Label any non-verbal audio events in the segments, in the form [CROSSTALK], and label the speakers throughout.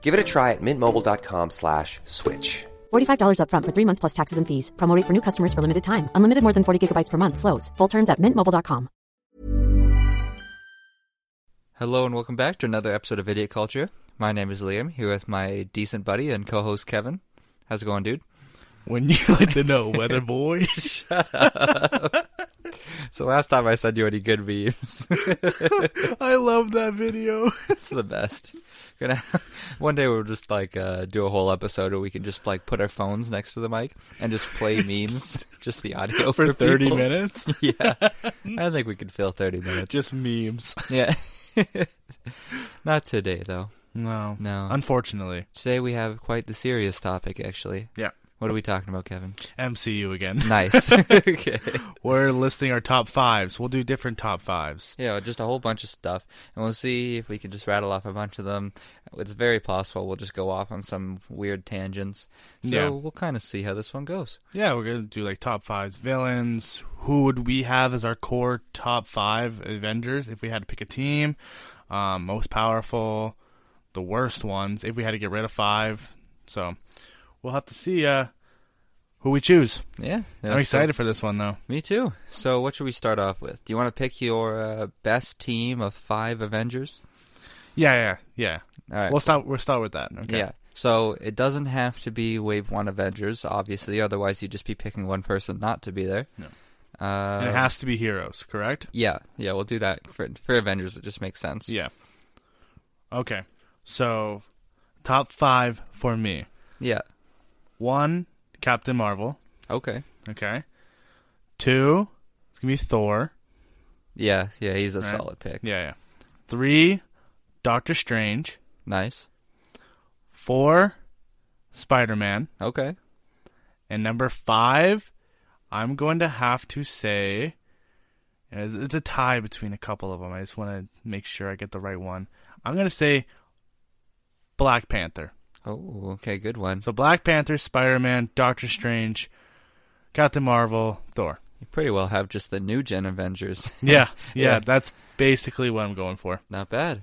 Speaker 1: Give it a try at mintmobile.com slash switch.
Speaker 2: $45 upfront for three months plus taxes and fees. Promo rate for new customers for limited time. Unlimited more than 40 gigabytes per month. Slows. Full terms at mintmobile.com.
Speaker 3: Hello and welcome back to another episode of Idiot Culture. My name is Liam, here with my decent buddy and co-host Kevin. How's it going,
Speaker 4: [LAUGHS]
Speaker 3: dude?
Speaker 4: When you like to know weather boy. [LAUGHS]
Speaker 3: So last time I sent you any good memes. [LAUGHS]
Speaker 4: I love that video.
Speaker 3: it's the best. Gonna [LAUGHS] one day we'll just like uh, do a whole episode where we can just like put our phones next to the mic and just
Speaker 4: [LAUGHS]
Speaker 3: play memes, just the audio
Speaker 4: For 30
Speaker 3: people.
Speaker 4: minutes? [LAUGHS]
Speaker 3: Yeah, I think we could fill thirty minutes.
Speaker 4: Just memes. [LAUGHS]
Speaker 3: Yeah, [LAUGHS] not today though.
Speaker 4: No.
Speaker 3: No.
Speaker 4: Unfortunately.
Speaker 3: Today we have quite the serious topic actually.
Speaker 4: Yeah.
Speaker 3: What are we talking about, Kevin?
Speaker 4: MCU again.
Speaker 3: Nice. [LAUGHS] okay.
Speaker 4: [LAUGHS] We're listing our top fives. We'll do different top fives.
Speaker 3: Yeah, just a whole bunch of stuff, and we'll see if we can just rattle off a bunch of them. It's very possible we'll just go off on some weird tangents. So
Speaker 4: Yeah.
Speaker 3: we'll kind of see how this one goes.
Speaker 4: Yeah, we're gonna do like top fives villains. Who would we have as our core top five Avengers if we had to pick a team? Um, most powerful, the worst ones if we had to get rid of five. So we'll have to see uh, who we choose.
Speaker 3: Yeah,
Speaker 4: I'm excited for this one though.
Speaker 3: Me too. So what should we start off with? Do you want to pick your uh, best team of five Avengers?
Speaker 4: Yeah, yeah, yeah.
Speaker 3: All right.
Speaker 4: We'll start. We'll start with that. Okay.
Speaker 3: Yeah. So it doesn't have to be Wave One Avengers, obviously. Otherwise, you'd just be picking one person not to be there. No. Uh,
Speaker 4: And it has to be heroes, correct?
Speaker 3: yeah, yeah, we'll do that for for Avengers. It just makes sense.
Speaker 4: Yeah. Okay. So, top five for me.
Speaker 3: Yeah.
Speaker 4: One, Captain Marvel.
Speaker 3: Okay.
Speaker 4: Okay. Two, it's gonna be Thor.
Speaker 3: Yeah, yeah, he's a
Speaker 4: right?
Speaker 3: solid pick.
Speaker 4: Yeah, yeah. Three, Doctor Strange.
Speaker 3: Nice.
Speaker 4: Four, Spider Man.
Speaker 3: Okay.
Speaker 4: And number five, I'm going to have to say, it's it's a tie between a couple of them. I just want to make sure I get the right one. I'm going to say Black Panther.
Speaker 3: Oh, okay, good one.
Speaker 4: So Black Panther, Spider Man, Doctor Strange, Captain Marvel, Thor.
Speaker 3: you pretty well have just the new gen Avengers.
Speaker 4: Yeah, [LAUGHS] yeah,
Speaker 3: [LAUGHS] Yeah.
Speaker 4: that's basically what I'm going for.
Speaker 3: Not bad.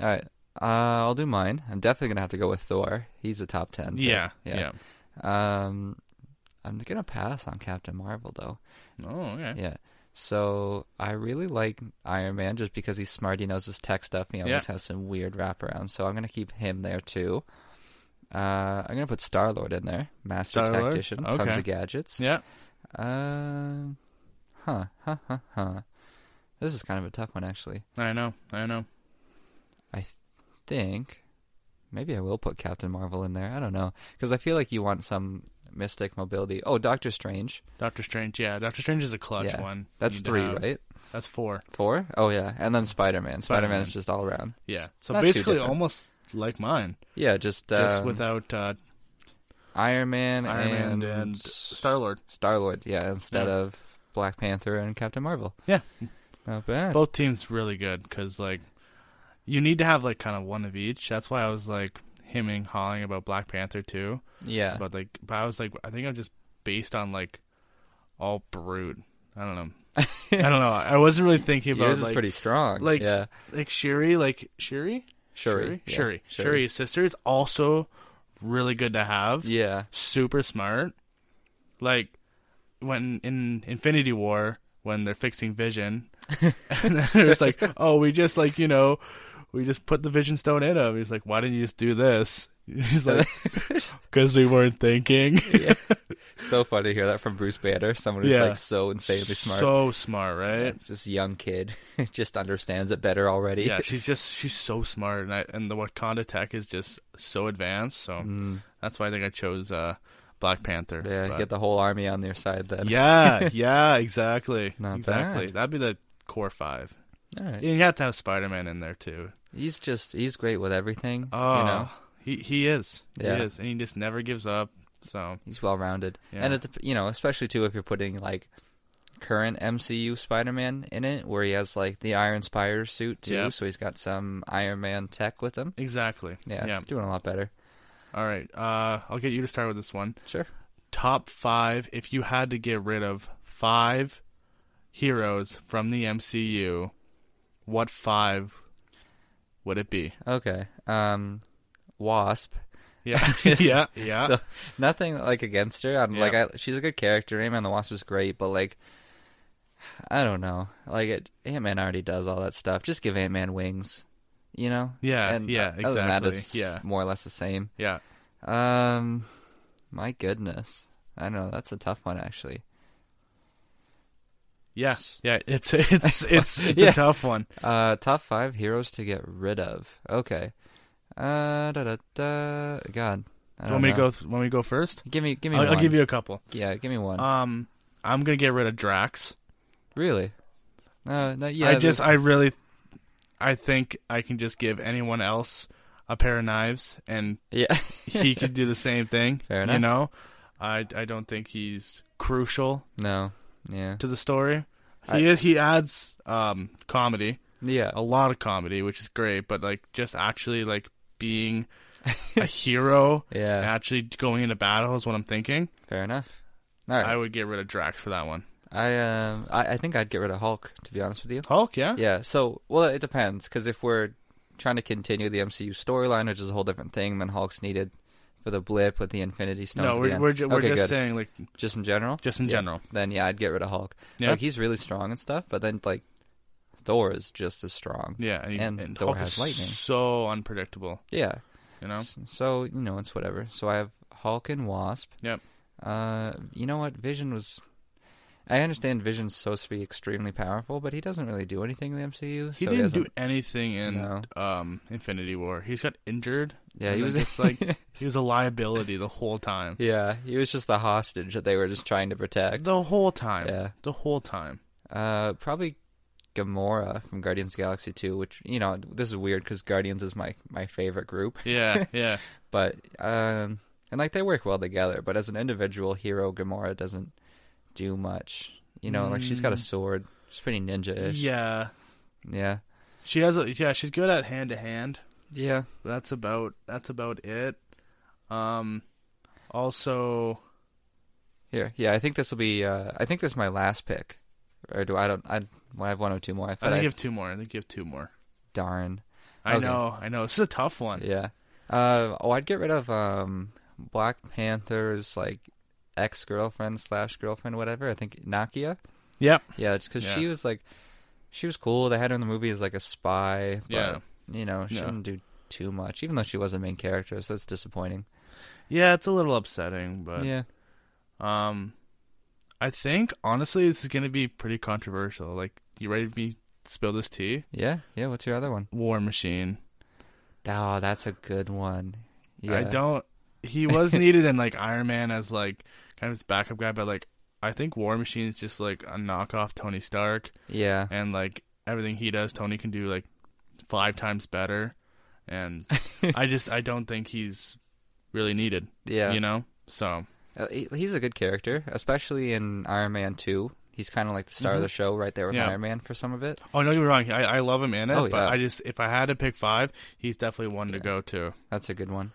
Speaker 3: All right. Uh, I'll do mine. I'm definitely gonna have to go with Thor. He's a top ten. pick.
Speaker 4: Yeah, yeah.
Speaker 3: Um, I'm gonna pass on Captain Marvel though.
Speaker 4: Oh, okay.
Speaker 3: Yeah. So I really like Iron Man just because he's smart. He knows his tech stuff. and He always
Speaker 4: Yeah.
Speaker 3: has some weird wraparound. So I'm gonna keep him there too. Uh, I'm gonna put Star Lord in there, master
Speaker 4: Star-Lord?
Speaker 3: tactician, tons
Speaker 4: Okay.
Speaker 3: of gadgets.
Speaker 4: Yeah.
Speaker 3: Um, huh, huh, huh, huh. This is kind of a tough one, actually.
Speaker 4: I know, I know.
Speaker 3: I think maybe I will put Captain Marvel in there. I don't know because I feel like you want some mystic mobility. Oh, Doctor Strange.
Speaker 4: Doctor Strange, yeah, Doctor Strange is a clutch
Speaker 3: yeah,
Speaker 4: one.
Speaker 3: That's
Speaker 4: Need to
Speaker 3: three,
Speaker 4: have-
Speaker 3: right?
Speaker 4: That's four.
Speaker 3: Four? Oh yeah, and then Spider Man. Spider Man
Speaker 4: Spider-Man.
Speaker 3: is just all around.
Speaker 4: Yeah. So
Speaker 3: Not too
Speaker 4: basically,
Speaker 3: different.
Speaker 4: almost like mine,
Speaker 3: Yeah, just
Speaker 4: just
Speaker 3: um,
Speaker 4: without uh,
Speaker 3: Iron Man,
Speaker 4: Iron Man
Speaker 3: and,
Speaker 4: and Star Lord.
Speaker 3: Star Lord. Yeah, instead
Speaker 4: Yeah.
Speaker 3: of Black Panther and Captain Marvel.
Speaker 4: Yeah,
Speaker 3: Not bad.
Speaker 4: both teams really good because like you need to have like kind of one of each. That's why I was like hemming and hawing about Black Panther too.
Speaker 3: yeah. [LAUGHS] [LAUGHS]
Speaker 4: But like, but I was like, I think I'm just based on like all brute. I don't know. I don't know. I wasn't really thinking about
Speaker 3: Yours is
Speaker 4: like,
Speaker 3: pretty strong.
Speaker 4: Like
Speaker 3: yeah,
Speaker 4: like Shuri, like Shuri,
Speaker 3: Shuri,
Speaker 4: Shuri,
Speaker 3: yeah,
Speaker 4: Shuri,
Speaker 3: Shuri.
Speaker 4: Shuri's sister is also really good to have.
Speaker 3: yeah.
Speaker 4: super smart. Like when in Infinity War, when they're fixing Vision, [LAUGHS] and then it's like, oh, we just like you know, we just put the Vision Stone in him. He's like, why didn't you just do this? [LAUGHS] He's like, because we weren't thinking.
Speaker 3: yeah. So funny to hear that from Bruce Banner, someone who's
Speaker 4: Yeah.
Speaker 3: like so insanely smart.
Speaker 4: So smart, right?
Speaker 3: just a young kid, [LAUGHS] just understands it better already.
Speaker 4: Yeah, she's just she's so smart, and I, and the Wakanda tech is just so advanced. So that's why I think I chose uh, Black
Speaker 3: [LAUGHS]
Speaker 4: Panther.
Speaker 3: Mm. yeah.
Speaker 4: but-
Speaker 3: Get the whole army on their side then. [LAUGHS]
Speaker 4: yeah, yeah, exactly,
Speaker 3: Not
Speaker 4: exactly.
Speaker 3: bad.
Speaker 4: That'd be the core five.
Speaker 3: All right.
Speaker 4: You have to have Spider Man in there too.
Speaker 3: He's just he's great with everything.
Speaker 4: Oh,
Speaker 3: You know,
Speaker 4: he he is.
Speaker 3: Yeah.
Speaker 4: He is, and he just never gives up. So
Speaker 3: he's well rounded,
Speaker 4: Yeah.
Speaker 3: and it, dep- you know, especially too if you're putting like current MCU Spider-Man in it, where he has like the Iron Spider suit too,
Speaker 4: Yeah.
Speaker 3: so he's got some Iron Man tech with him.
Speaker 4: exactly.
Speaker 3: Yeah, he's doing a lot better.
Speaker 4: All right. Uh, I'll get you to start with this one.
Speaker 3: Sure.
Speaker 4: Top five. If you had to get rid of five heroes from the MCU, what five would it be?
Speaker 3: Okay. Um, Wasp. [LAUGHS]
Speaker 4: Yeah. [LAUGHS] yeah. Yeah.
Speaker 3: So nothing like against her. I'm
Speaker 4: Yeah.
Speaker 3: like I, she's a good character. Ant Man the Wasp is great, but like I don't know. Like it, Ant Man already does all that stuff. Just give Ant Man wings, you know?
Speaker 4: Yeah,
Speaker 3: And
Speaker 4: yeah,
Speaker 3: o- Other than that,
Speaker 4: exactly,
Speaker 3: it's
Speaker 4: yeah.
Speaker 3: more or less the same. [LAUGHS]
Speaker 4: yeah.
Speaker 3: Um, my goodness, I don't know that's a tough one actually.
Speaker 4: Yeah. Yeah. It's it's it's it's
Speaker 3: Yeah.
Speaker 4: a tough one.
Speaker 3: Uh, top five heroes to get rid of. Okay. Uh, da da da. God, I don't
Speaker 4: Do you want me
Speaker 3: know.
Speaker 4: to go? Th- want me to go first?
Speaker 3: Give me, give me.
Speaker 4: I'll, I'll
Speaker 3: one.
Speaker 4: give you a couple.
Speaker 3: Yeah, give me one.
Speaker 4: Um, I'm gonna get rid of Drax.
Speaker 3: really? No, no. Yeah,
Speaker 4: I just,
Speaker 3: there's-
Speaker 4: I really, I think I can just give anyone else a pair of knives, and
Speaker 3: yeah. [LAUGHS]
Speaker 4: he could do the same thing.
Speaker 3: Fair
Speaker 4: You
Speaker 3: enough.
Speaker 4: know, I, I don't think he's crucial
Speaker 3: No. Yeah.
Speaker 4: to the story. He he adds um comedy,
Speaker 3: Yeah.
Speaker 4: a lot of comedy, which is great. But like, just actually like
Speaker 3: [LAUGHS]
Speaker 4: being a hero,
Speaker 3: Yeah.
Speaker 4: and actually going into battle is what I'm thinking.
Speaker 3: Fair enough. All right.
Speaker 4: I would get rid of Drax for that one.
Speaker 3: I um I, I think I'd get rid of Hulk to be honest with you.
Speaker 4: Hulk, yeah,
Speaker 3: Yeah. So well, it depends because if we're trying to continue the MCU storyline, which is a whole different thing, then Hulk's needed for the blip with the Infinity Stones. at
Speaker 4: No,
Speaker 3: the
Speaker 4: we're
Speaker 3: end.
Speaker 4: we're, ju- we're
Speaker 3: Okay,
Speaker 4: just
Speaker 3: good.
Speaker 4: saying like
Speaker 3: Just in general.
Speaker 4: Just in
Speaker 3: Yeah.
Speaker 4: general.
Speaker 3: Then yeah, I'd get rid of Hulk.
Speaker 4: Yeah.
Speaker 3: Like he's really strong and stuff, but then like Thor is just as strong.
Speaker 4: yeah,
Speaker 3: And, Thor
Speaker 4: Hulk
Speaker 3: has
Speaker 4: is
Speaker 3: lightning.
Speaker 4: so unpredictable.
Speaker 3: Yeah.
Speaker 4: You know?
Speaker 3: S- So you know it's whatever. So I have Hulk and Wasp.
Speaker 4: Yep.
Speaker 3: Uh, you know what? Vision was. I understand Vision's supposed to be extremely powerful, but he doesn't really do anything in the MCU.
Speaker 4: He
Speaker 3: so
Speaker 4: didn't do
Speaker 3: hasn't-
Speaker 4: anything in
Speaker 3: No.
Speaker 4: um, Infinity War. He's got injured.
Speaker 3: Yeah,
Speaker 4: and
Speaker 3: he
Speaker 4: then
Speaker 3: was- [LAUGHS]
Speaker 4: just like he was a liability the whole time.
Speaker 3: Yeah, he was just the hostage that they were just trying to protect.
Speaker 4: The whole time.
Speaker 3: Yeah.
Speaker 4: The whole time.
Speaker 3: Uh, probably Gamora from Guardians of the Galaxy Two, which you know this is weird because Guardians is my my favorite group, [LAUGHS]
Speaker 4: Yeah, yeah.
Speaker 3: but um, and like they work well together. But as an individual hero, Gamora doesn't do much. You know, like she's got a sword. She's pretty ninja-ish.
Speaker 4: yeah.
Speaker 3: Yeah.
Speaker 4: She has a yeah, she's good at hand to hand.
Speaker 3: Yeah.
Speaker 4: That's about that's about it. Um also
Speaker 3: Here, yeah. I think this will be. Uh, I think this is my last pick, or do I? I Don't I? Well, I have one or two more. I,
Speaker 4: I
Speaker 3: thought
Speaker 4: think
Speaker 3: I
Speaker 4: you have two more. I think you have two more.
Speaker 3: darn.
Speaker 4: I
Speaker 3: Okay.
Speaker 4: know, I know. This is a tough one.
Speaker 3: Yeah. Uh, oh, I'd get rid of um, Black Panther's like ex girlfriend slash girlfriend, whatever. I think Nakia.
Speaker 4: Yep.
Speaker 3: Yeah, it's because
Speaker 4: Yeah.
Speaker 3: she was like, she was cool. They had her in the movie as like a spy. But,
Speaker 4: Yeah.
Speaker 3: You know, she
Speaker 4: Yeah.
Speaker 3: didn't do too much, even though she was a main character. So that's disappointing.
Speaker 4: Yeah, it's a little upsetting, but
Speaker 3: yeah.
Speaker 4: Um, I think honestly, this is gonna be pretty controversial. Like, you ready for me to spill this tea?
Speaker 3: Yeah. Yeah. What's your other one?
Speaker 4: War Machine.
Speaker 3: Oh, that's a good one. Yeah.
Speaker 4: I don't.
Speaker 3: [LAUGHS]
Speaker 4: He was needed in like Iron Man as like kind of his backup guy, but like I think War Machine is just like a knockoff Tony Stark, [LAUGHS]
Speaker 3: Yeah. [LAUGHS]
Speaker 4: and like everything he does, Tony can do like five times better.
Speaker 3: [LAUGHS]
Speaker 4: And I just I don't think he's really needed.
Speaker 3: Yeah.
Speaker 4: you know. So
Speaker 3: Uh, he- He's a good character, especially in Iron Man 2. He's kind of like the star of the show right there with
Speaker 4: Mm-hmm. Yeah.
Speaker 3: Iron Man for some of it.
Speaker 4: oh, no, you're wrong. I, I love him in it,
Speaker 3: Oh,
Speaker 4: but
Speaker 3: yeah.
Speaker 4: I just if I had to pick five, he's definitely one to go to.
Speaker 3: That's a good one.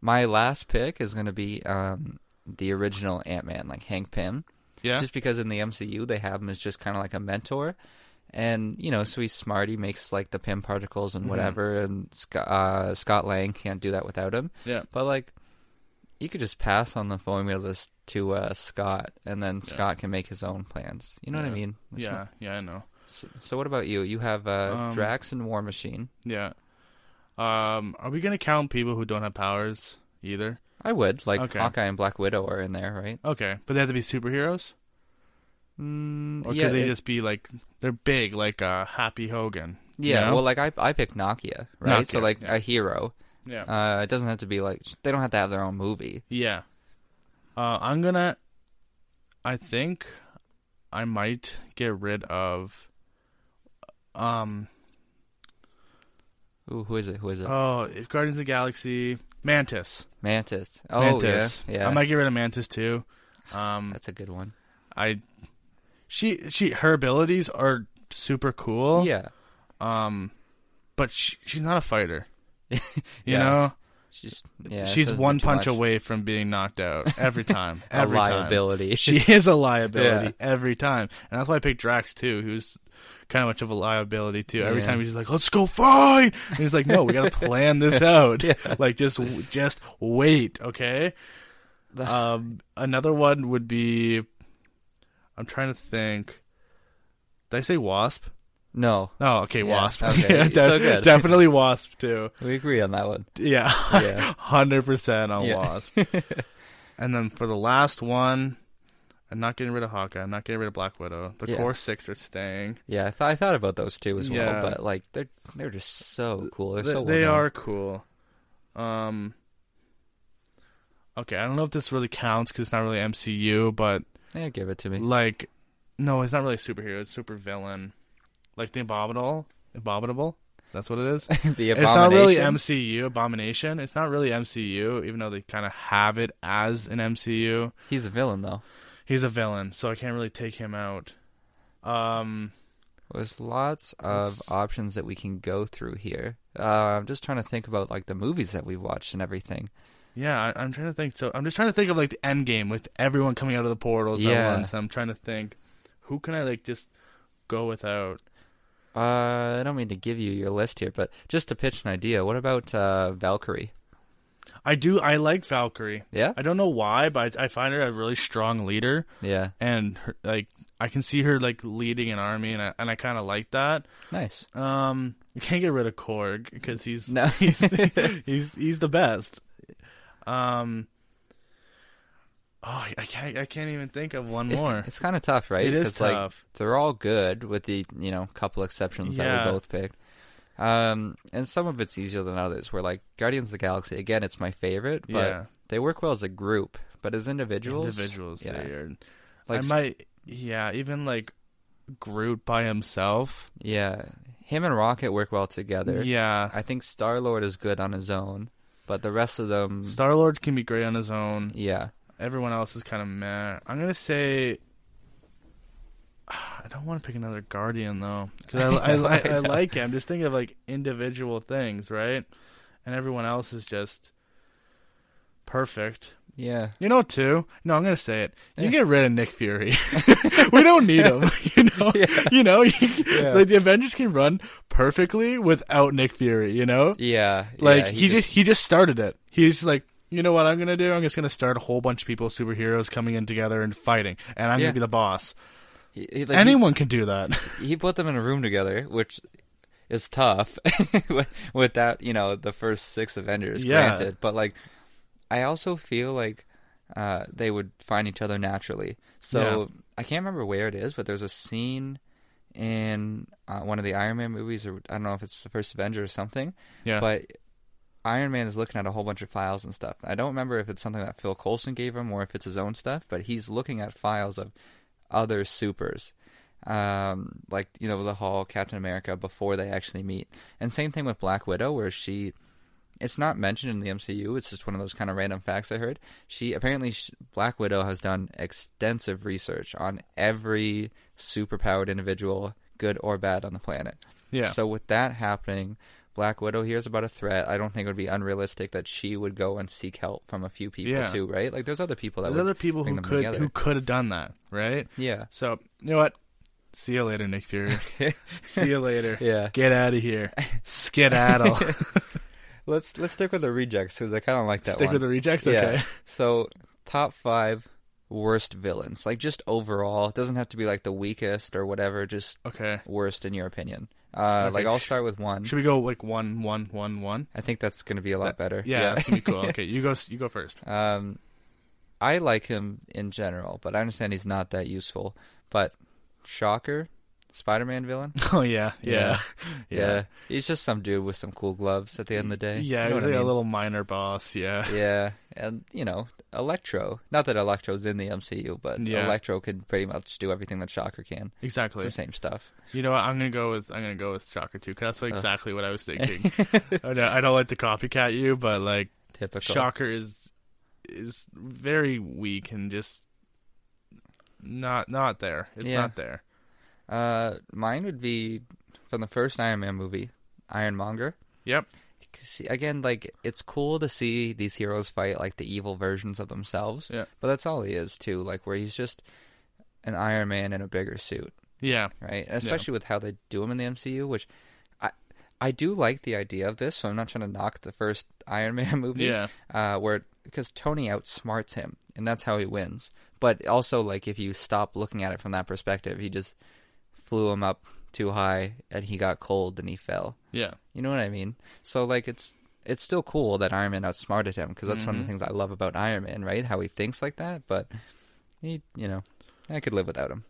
Speaker 3: My last pick is going to be um, the original Ant Man, like Hank Pym.
Speaker 4: Yeah.
Speaker 3: Just because in the MCU they have him as just kind of like a mentor, and you know, so he's smart. He makes like the pim particles
Speaker 4: Mm-hmm.
Speaker 3: and whatever, and Sc- uh, Scott Lang can't do that without him.
Speaker 4: Yeah.
Speaker 3: But like, you could just pass on the formulas to uh, Scott, and then Scott can make his own plans. You know what I mean? It's
Speaker 4: yeah,
Speaker 3: not-
Speaker 4: yeah, I know.
Speaker 3: so, so what about you? You have uh,
Speaker 4: Um,
Speaker 3: Drax and War Machine.
Speaker 4: Yeah. Um, are we gonna count people who don't have powers either?
Speaker 3: I would like
Speaker 4: Okay.
Speaker 3: Hawkeye and Black Widow are in there, right?
Speaker 4: Okay, but they have to be superheroes,
Speaker 3: Mm,
Speaker 4: or could they just be like they're big, like uh, Happy Hogan? you
Speaker 3: Yeah,
Speaker 4: know?
Speaker 3: well, like I, I picked Nokia, right? so
Speaker 4: Nokia,
Speaker 3: like
Speaker 4: yeah.
Speaker 3: a hero.
Speaker 4: yeah,
Speaker 3: Uh, it doesn't have to be like they don't have to have their own movie.
Speaker 4: yeah. Uh, I'm gonna. I think I might get rid of. Um.
Speaker 3: Ooh, who is it? Who is it?
Speaker 4: Oh, Guardians of the Galaxy, Mantis.
Speaker 3: Mantis. Oh
Speaker 4: Mantis.
Speaker 3: yeah, yeah.
Speaker 4: I might get rid of Mantis too. Um,
Speaker 3: That's a good one.
Speaker 4: I. She she her abilities are super cool.
Speaker 3: yeah,
Speaker 4: Um, but she, she's not
Speaker 3: [LAUGHS]
Speaker 4: a fighter. You
Speaker 3: Yeah.
Speaker 4: know,
Speaker 3: she's yeah, it
Speaker 4: she's
Speaker 3: doesn't
Speaker 4: one
Speaker 3: do too
Speaker 4: punch
Speaker 3: much.
Speaker 4: away from being knocked out every
Speaker 3: [LAUGHS]
Speaker 4: time.
Speaker 3: A
Speaker 4: every time.
Speaker 3: liability. [LAUGHS]
Speaker 4: She [LAUGHS] is a liability
Speaker 3: Yeah.
Speaker 4: every time, and that's why I picked Drax too, who's kind of much of a liability too. Every
Speaker 3: Yeah.
Speaker 4: time he's like, "Let's go fight," and he's like, "No, we got to
Speaker 3: [LAUGHS]
Speaker 4: plan this out. Like just just wait, okay." Um, another one would be, I'm trying to think. Did I say wasp?
Speaker 3: No,
Speaker 4: Oh, okay,
Speaker 3: Yeah,
Speaker 4: wasp. [LAUGHS]
Speaker 3: okay,
Speaker 4: Yeah,
Speaker 3: it's so good.
Speaker 4: Definitely wasp too.
Speaker 3: we agree on that one.
Speaker 4: Yeah,
Speaker 3: Yeah.
Speaker 4: [LAUGHS] hundred percent on
Speaker 3: Yeah.
Speaker 4: wasp. and then for the last one, I'm not getting rid of Hawkeye. I'm not getting rid of Black Widow. The
Speaker 3: Yeah.
Speaker 4: core six are staying.
Speaker 3: [LAUGHS] Yeah, I, th- I thought about those two as
Speaker 4: Yeah.
Speaker 3: well, but like they're they're just so cool. They're
Speaker 4: They,
Speaker 3: so well
Speaker 4: they
Speaker 3: done.
Speaker 4: are cool. Um. Okay, I don't know if this really counts because it's not really MCU, but
Speaker 3: Yeah, give it to me.
Speaker 4: like, no, it's not really superhero. It's super villain, like the Abominable. Abominable. That's what it
Speaker 3: [LAUGHS]
Speaker 4: is.
Speaker 3: [LAUGHS] the
Speaker 4: It's not really
Speaker 3: Abomination?
Speaker 4: MCU Abomination. It's not really MCU, even though they kind of have it as an MCU.
Speaker 3: He's a villain though.
Speaker 4: He's a villain, so I can't really take him out. Um,
Speaker 3: There's lots of
Speaker 4: Let's-
Speaker 3: options that we can go through here. Uh, I'm just trying to think about like the movies that we've watched and everything.
Speaker 4: yeah, I, I'm trying to think. So I'm just trying to think of like the end game with everyone coming out of the portals
Speaker 3: Yeah.
Speaker 4: at once. I'm trying to think, who can I like just go without?
Speaker 3: Uh, I don't mean to give you your list here, but just to pitch an idea, what about uh, Valkyrie?
Speaker 4: I do. I like Valkyrie.
Speaker 3: Yeah?
Speaker 4: I don't know why, but I, I find her a really strong leader,
Speaker 3: Yeah,
Speaker 4: and her, like I can see her like leading an army, and I, and I kind of like that.
Speaker 3: nice.
Speaker 4: Um, you can't get rid of Korg because he's
Speaker 3: No.
Speaker 4: [LAUGHS] he's, he's he's the best. Um, oh, I I can't I can't even think of one
Speaker 3: It's,
Speaker 4: more.
Speaker 3: it's kind of tough, right?
Speaker 4: It is
Speaker 3: 'Cause,
Speaker 4: tough.
Speaker 3: Like, they're all good, with the you know couple exceptions that
Speaker 4: Yeah.
Speaker 3: we both picked. Um, and some of it's easier than others. Where like Guardians of the Galaxy, again, it's my favorite, but
Speaker 4: Yeah.
Speaker 3: they work well as a group. But as individuals,
Speaker 4: Individuals,
Speaker 3: yeah,
Speaker 4: they are-
Speaker 3: Like
Speaker 4: I
Speaker 3: s-
Speaker 4: might, yeah, even like Groot by himself.
Speaker 3: yeah, him and Rocket work well together.
Speaker 4: Yeah,
Speaker 3: I think Star Lord is good on his own, but the rest of them,
Speaker 4: Star Lord can be great on his own.
Speaker 3: yeah,
Speaker 4: Everyone else is kind of meh. I'm gonna say. [SIGHS] I don't want to pick another Guardian though, because I, I,
Speaker 3: [LAUGHS]
Speaker 4: I, I like him. Just think of like individual things, right? And everyone else is just perfect.
Speaker 3: yeah.
Speaker 4: You know, too. No, I'm gonna say it. You
Speaker 3: Yeah.
Speaker 4: get rid of Nick Fury. [LAUGHS] we don't need him. [LAUGHS] You know. You know. Like the Avengers can run perfectly without Nick Fury. You know.
Speaker 3: Yeah,
Speaker 4: Like
Speaker 3: yeah,
Speaker 4: he, just, he just started it. He's like, you know what I'm gonna do? I'm just gonna start a whole bunch of people, superheroes, coming in together and fighting, and I'm
Speaker 3: Yeah.
Speaker 4: gonna be the boss.
Speaker 3: he, he- like, he-
Speaker 4: Anyone can do that. [LAUGHS]
Speaker 3: he put them in a room together, which is tough [LAUGHS] with- with that, you know, the first six Avengers,
Speaker 4: Yeah.
Speaker 3: granted. But, like, I also feel like uh, they would find each other naturally. So I can't remember where it is, but there's a scene in uh, one of the Iron Man movies, or I don't know if it's the first Avenger or something.
Speaker 4: Yeah.
Speaker 3: But Iron Man is looking at a whole bunch of files and stuff. I don't remember if it's something that Phil Coulson gave him or if it's his own stuff, but he's looking at files of other supers, um, like you know the Hulk, Captain America, before they actually meet. And same thing with Black Widow, where she, it's not mentioned in the MCU. It's just one of those kind of random facts I heard. She apparently sh Black Widow has done extensive research on every superpowered individual, good or bad, on the planet.
Speaker 4: Yeah.
Speaker 3: So with that happening, Black Widow hears about a threat. I don't think it would be unrealistic that she would go and seek help from a few people
Speaker 4: Yeah.
Speaker 3: too, right? Like there's other people that
Speaker 4: There's
Speaker 3: would
Speaker 4: other people
Speaker 3: bring
Speaker 4: who
Speaker 3: them
Speaker 4: could
Speaker 3: together.
Speaker 4: who could have done that, right?
Speaker 3: Yeah.
Speaker 4: So you know what? See you later, Nick
Speaker 3: [LAUGHS]
Speaker 4: Fury. See you later.
Speaker 3: Yeah.
Speaker 4: Get out of
Speaker 3: [LAUGHS]
Speaker 4: here. Skedaddle.
Speaker 3: Let's let's stick with the rejects because I kind of like that.
Speaker 4: Stick
Speaker 3: one.
Speaker 4: with the rejects?
Speaker 3: Yeah. Mm-hmm.
Speaker 4: Okay.
Speaker 3: So top five worst villains, like just overall. It doesn't have to be like the weakest or whatever. Just
Speaker 4: okay.
Speaker 3: worst in your opinion. Uh,
Speaker 4: Okay.
Speaker 3: Like I'll start with one.
Speaker 4: Should we go like one, one, one, one?
Speaker 3: I think that's going to be a lot better.
Speaker 4: Yeah, that's gonna be cool. Okay, you go. s- You go first.
Speaker 3: [LAUGHS] Um, I like him in general, but I understand he's not that useful. But Shocker, Spider-Man villain.
Speaker 4: Oh yeah,
Speaker 3: yeah.
Speaker 4: yeah, [LAUGHS] yeah,
Speaker 3: He's just some dude with some cool gloves at the end of the
Speaker 4: yeah.
Speaker 3: day.
Speaker 4: yeah
Speaker 3: You know
Speaker 4: he's
Speaker 3: what
Speaker 4: like
Speaker 3: I
Speaker 4: a
Speaker 3: mean?
Speaker 4: little minor boss. Yeah,
Speaker 3: Yeah, and you know, Electro. Not that Electro's in the MCU, but
Speaker 4: Yeah.
Speaker 3: Electro can pretty much do everything that Shocker can. It's
Speaker 4: [LAUGHS] exactly.
Speaker 3: the same stuff.
Speaker 4: You know what? I'm gonna go with I'm gonna go with Shocker too. 'cause that's
Speaker 3: Uh.
Speaker 4: like, exactly what
Speaker 3: [LAUGHS]
Speaker 4: I was thinking. I, know, I don't like to copycat you, but like
Speaker 3: Typical.
Speaker 4: Shocker is is very weak and just not not there. It's
Speaker 3: Yeah.
Speaker 4: not there.
Speaker 3: Uh, mine would be from the first Iron Man movie, Ironmonger.
Speaker 4: Yep.
Speaker 3: see, again, like it's cool to see these heroes fight like the evil versions of themselves.
Speaker 4: Yeah.
Speaker 3: But that's all he is too, like where he's just an Iron Man in a bigger suit,
Speaker 4: Yeah.
Speaker 3: right? And especially with how they do him in the MCU, which I I do like the idea of this. So I'm not trying to knock the first [LAUGHS] Iron Man movie,
Speaker 4: Yeah.
Speaker 3: Uh, where because Tony outsmarts him, and that's how he wins. But also, like if you stop looking at it from that perspective, he just flew him up too high, and he got cold, and he fell.
Speaker 4: Yeah.
Speaker 3: You know what I mean? So like it's it's still cool that Iron Man outsmarted him because that's one of
Speaker 4: Mm-hmm.
Speaker 3: the things I love about Iron Man, right? How he thinks like that, but he, you know, I could live without him.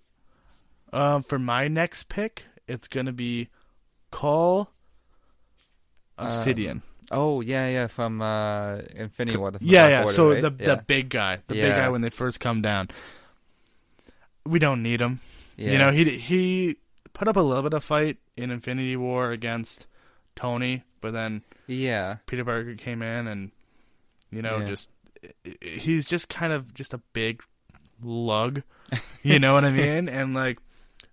Speaker 4: Um, for my next pick, it's gonna be Call
Speaker 3: Um,
Speaker 4: Obsidian.
Speaker 3: Oh yeah, yeah, from uh, Infinity War. The
Speaker 4: yeah,
Speaker 3: Black
Speaker 4: yeah.
Speaker 3: Order,
Speaker 4: so
Speaker 3: right?
Speaker 4: the
Speaker 3: yeah.
Speaker 4: the big guy, the big
Speaker 3: Yeah.
Speaker 4: guy when they first come down. We don't need him.
Speaker 3: Yeah.
Speaker 4: You know, he he put up a little bit of fight in Infinity War against Tony, but then
Speaker 3: yeah,
Speaker 4: Peter Parker came in and you know
Speaker 3: Yeah.
Speaker 4: just he's just kind of just a big lug, you know
Speaker 3: [LAUGHS]
Speaker 4: what I mean? And like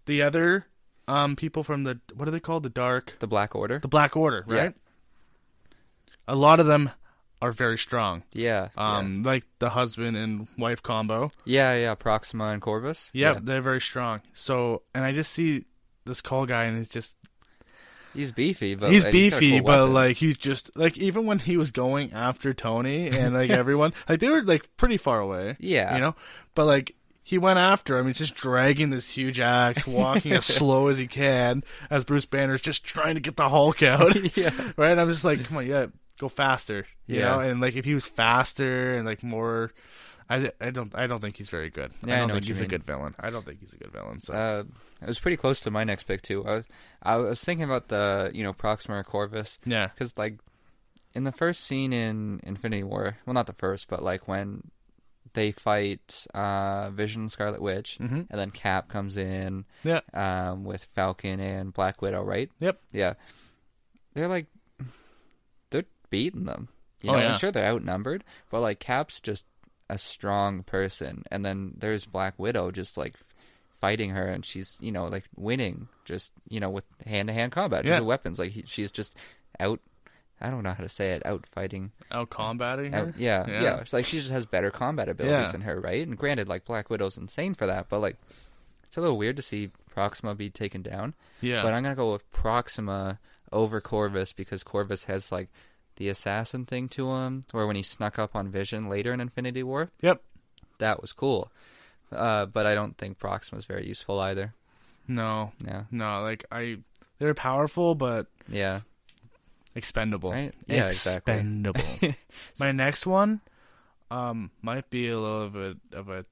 Speaker 4: the other um people from the what are they called? The Dark,
Speaker 3: the Black Order.
Speaker 4: the Black Order,
Speaker 3: Yeah.
Speaker 4: right? A lot of them are very strong.
Speaker 3: yeah,
Speaker 4: Um, like the husband and wife combo.
Speaker 3: yeah, yeah, yeah, Proxima and Corvus.
Speaker 4: Yep,
Speaker 3: Yeah,
Speaker 4: they're very strong. So, and I just see this call guy, and it's just
Speaker 3: he's beefy, but
Speaker 4: he's
Speaker 3: and got a
Speaker 4: beefy,
Speaker 3: cool
Speaker 4: but
Speaker 3: weapon.
Speaker 4: like he's just like even when he was going after Tony
Speaker 3: [LAUGHS]
Speaker 4: and like everyone, like they were like pretty far away.
Speaker 3: Yeah.
Speaker 4: you know, but like he went after him. He's just dragging this huge axe,
Speaker 3: [LAUGHS]
Speaker 4: walking as slow as he can, as Bruce Banner's just trying to get
Speaker 3: [LAUGHS]
Speaker 4: the Hulk out.
Speaker 3: Yeah.
Speaker 4: right. And I'm just like, come on, yeah, go faster. You
Speaker 3: Yeah.
Speaker 4: know, and like if he was faster and like more. I, I don't I don't think he's very good.
Speaker 3: Yeah, I
Speaker 4: I don't
Speaker 3: know what
Speaker 4: think
Speaker 3: you
Speaker 4: he's
Speaker 3: mean.
Speaker 4: a good villain. I don't think he's a good villain. So
Speaker 3: uh, it was pretty close to my next pick too. I was, I was thinking about the you know Proxima or Corvus.
Speaker 4: Yeah.
Speaker 3: because like in the first scene in Infinity War, well, not the first, but like when they fight uh, Vision, Scarlet Witch,
Speaker 4: Mm-hmm.
Speaker 3: and then Cap comes in
Speaker 4: yeah,
Speaker 3: um, with Falcon and Black Widow, right?
Speaker 4: yep,
Speaker 3: Yeah, they're like they're beating them. You
Speaker 4: Oh,
Speaker 3: know,
Speaker 4: yeah.
Speaker 3: I'm sure they're outnumbered, but like Cap's just a strong person, and then there's Black Widow just like fighting her, and she's you know like winning, just you know with hand to hand combat, just
Speaker 4: Yeah.
Speaker 3: with weapons. Like he, she's just out. I don't know how to say it. Out fighting.
Speaker 4: out combating.
Speaker 3: Out, yeah, yeah, It's like she just has better combat abilities
Speaker 4: Yeah.
Speaker 3: than her, right? And granted, like Black Widow's insane for that, but like it's a little weird to see Proxima be taken down.
Speaker 4: Yeah.
Speaker 3: But I'm gonna go with Proxima over Corvus because Corvus has like the assassin thing to him, or when he snuck up on Vision later in Infinity War,
Speaker 4: Yep.
Speaker 3: that was cool. Uh, but I don't think Proxima's very useful either.
Speaker 4: No.
Speaker 3: No.
Speaker 4: No, like I they're powerful but
Speaker 3: Yeah.
Speaker 4: expendable.
Speaker 3: Right? Yeah, exactly.
Speaker 4: expendable.
Speaker 3: [LAUGHS]
Speaker 4: my next one um might be a little bit of a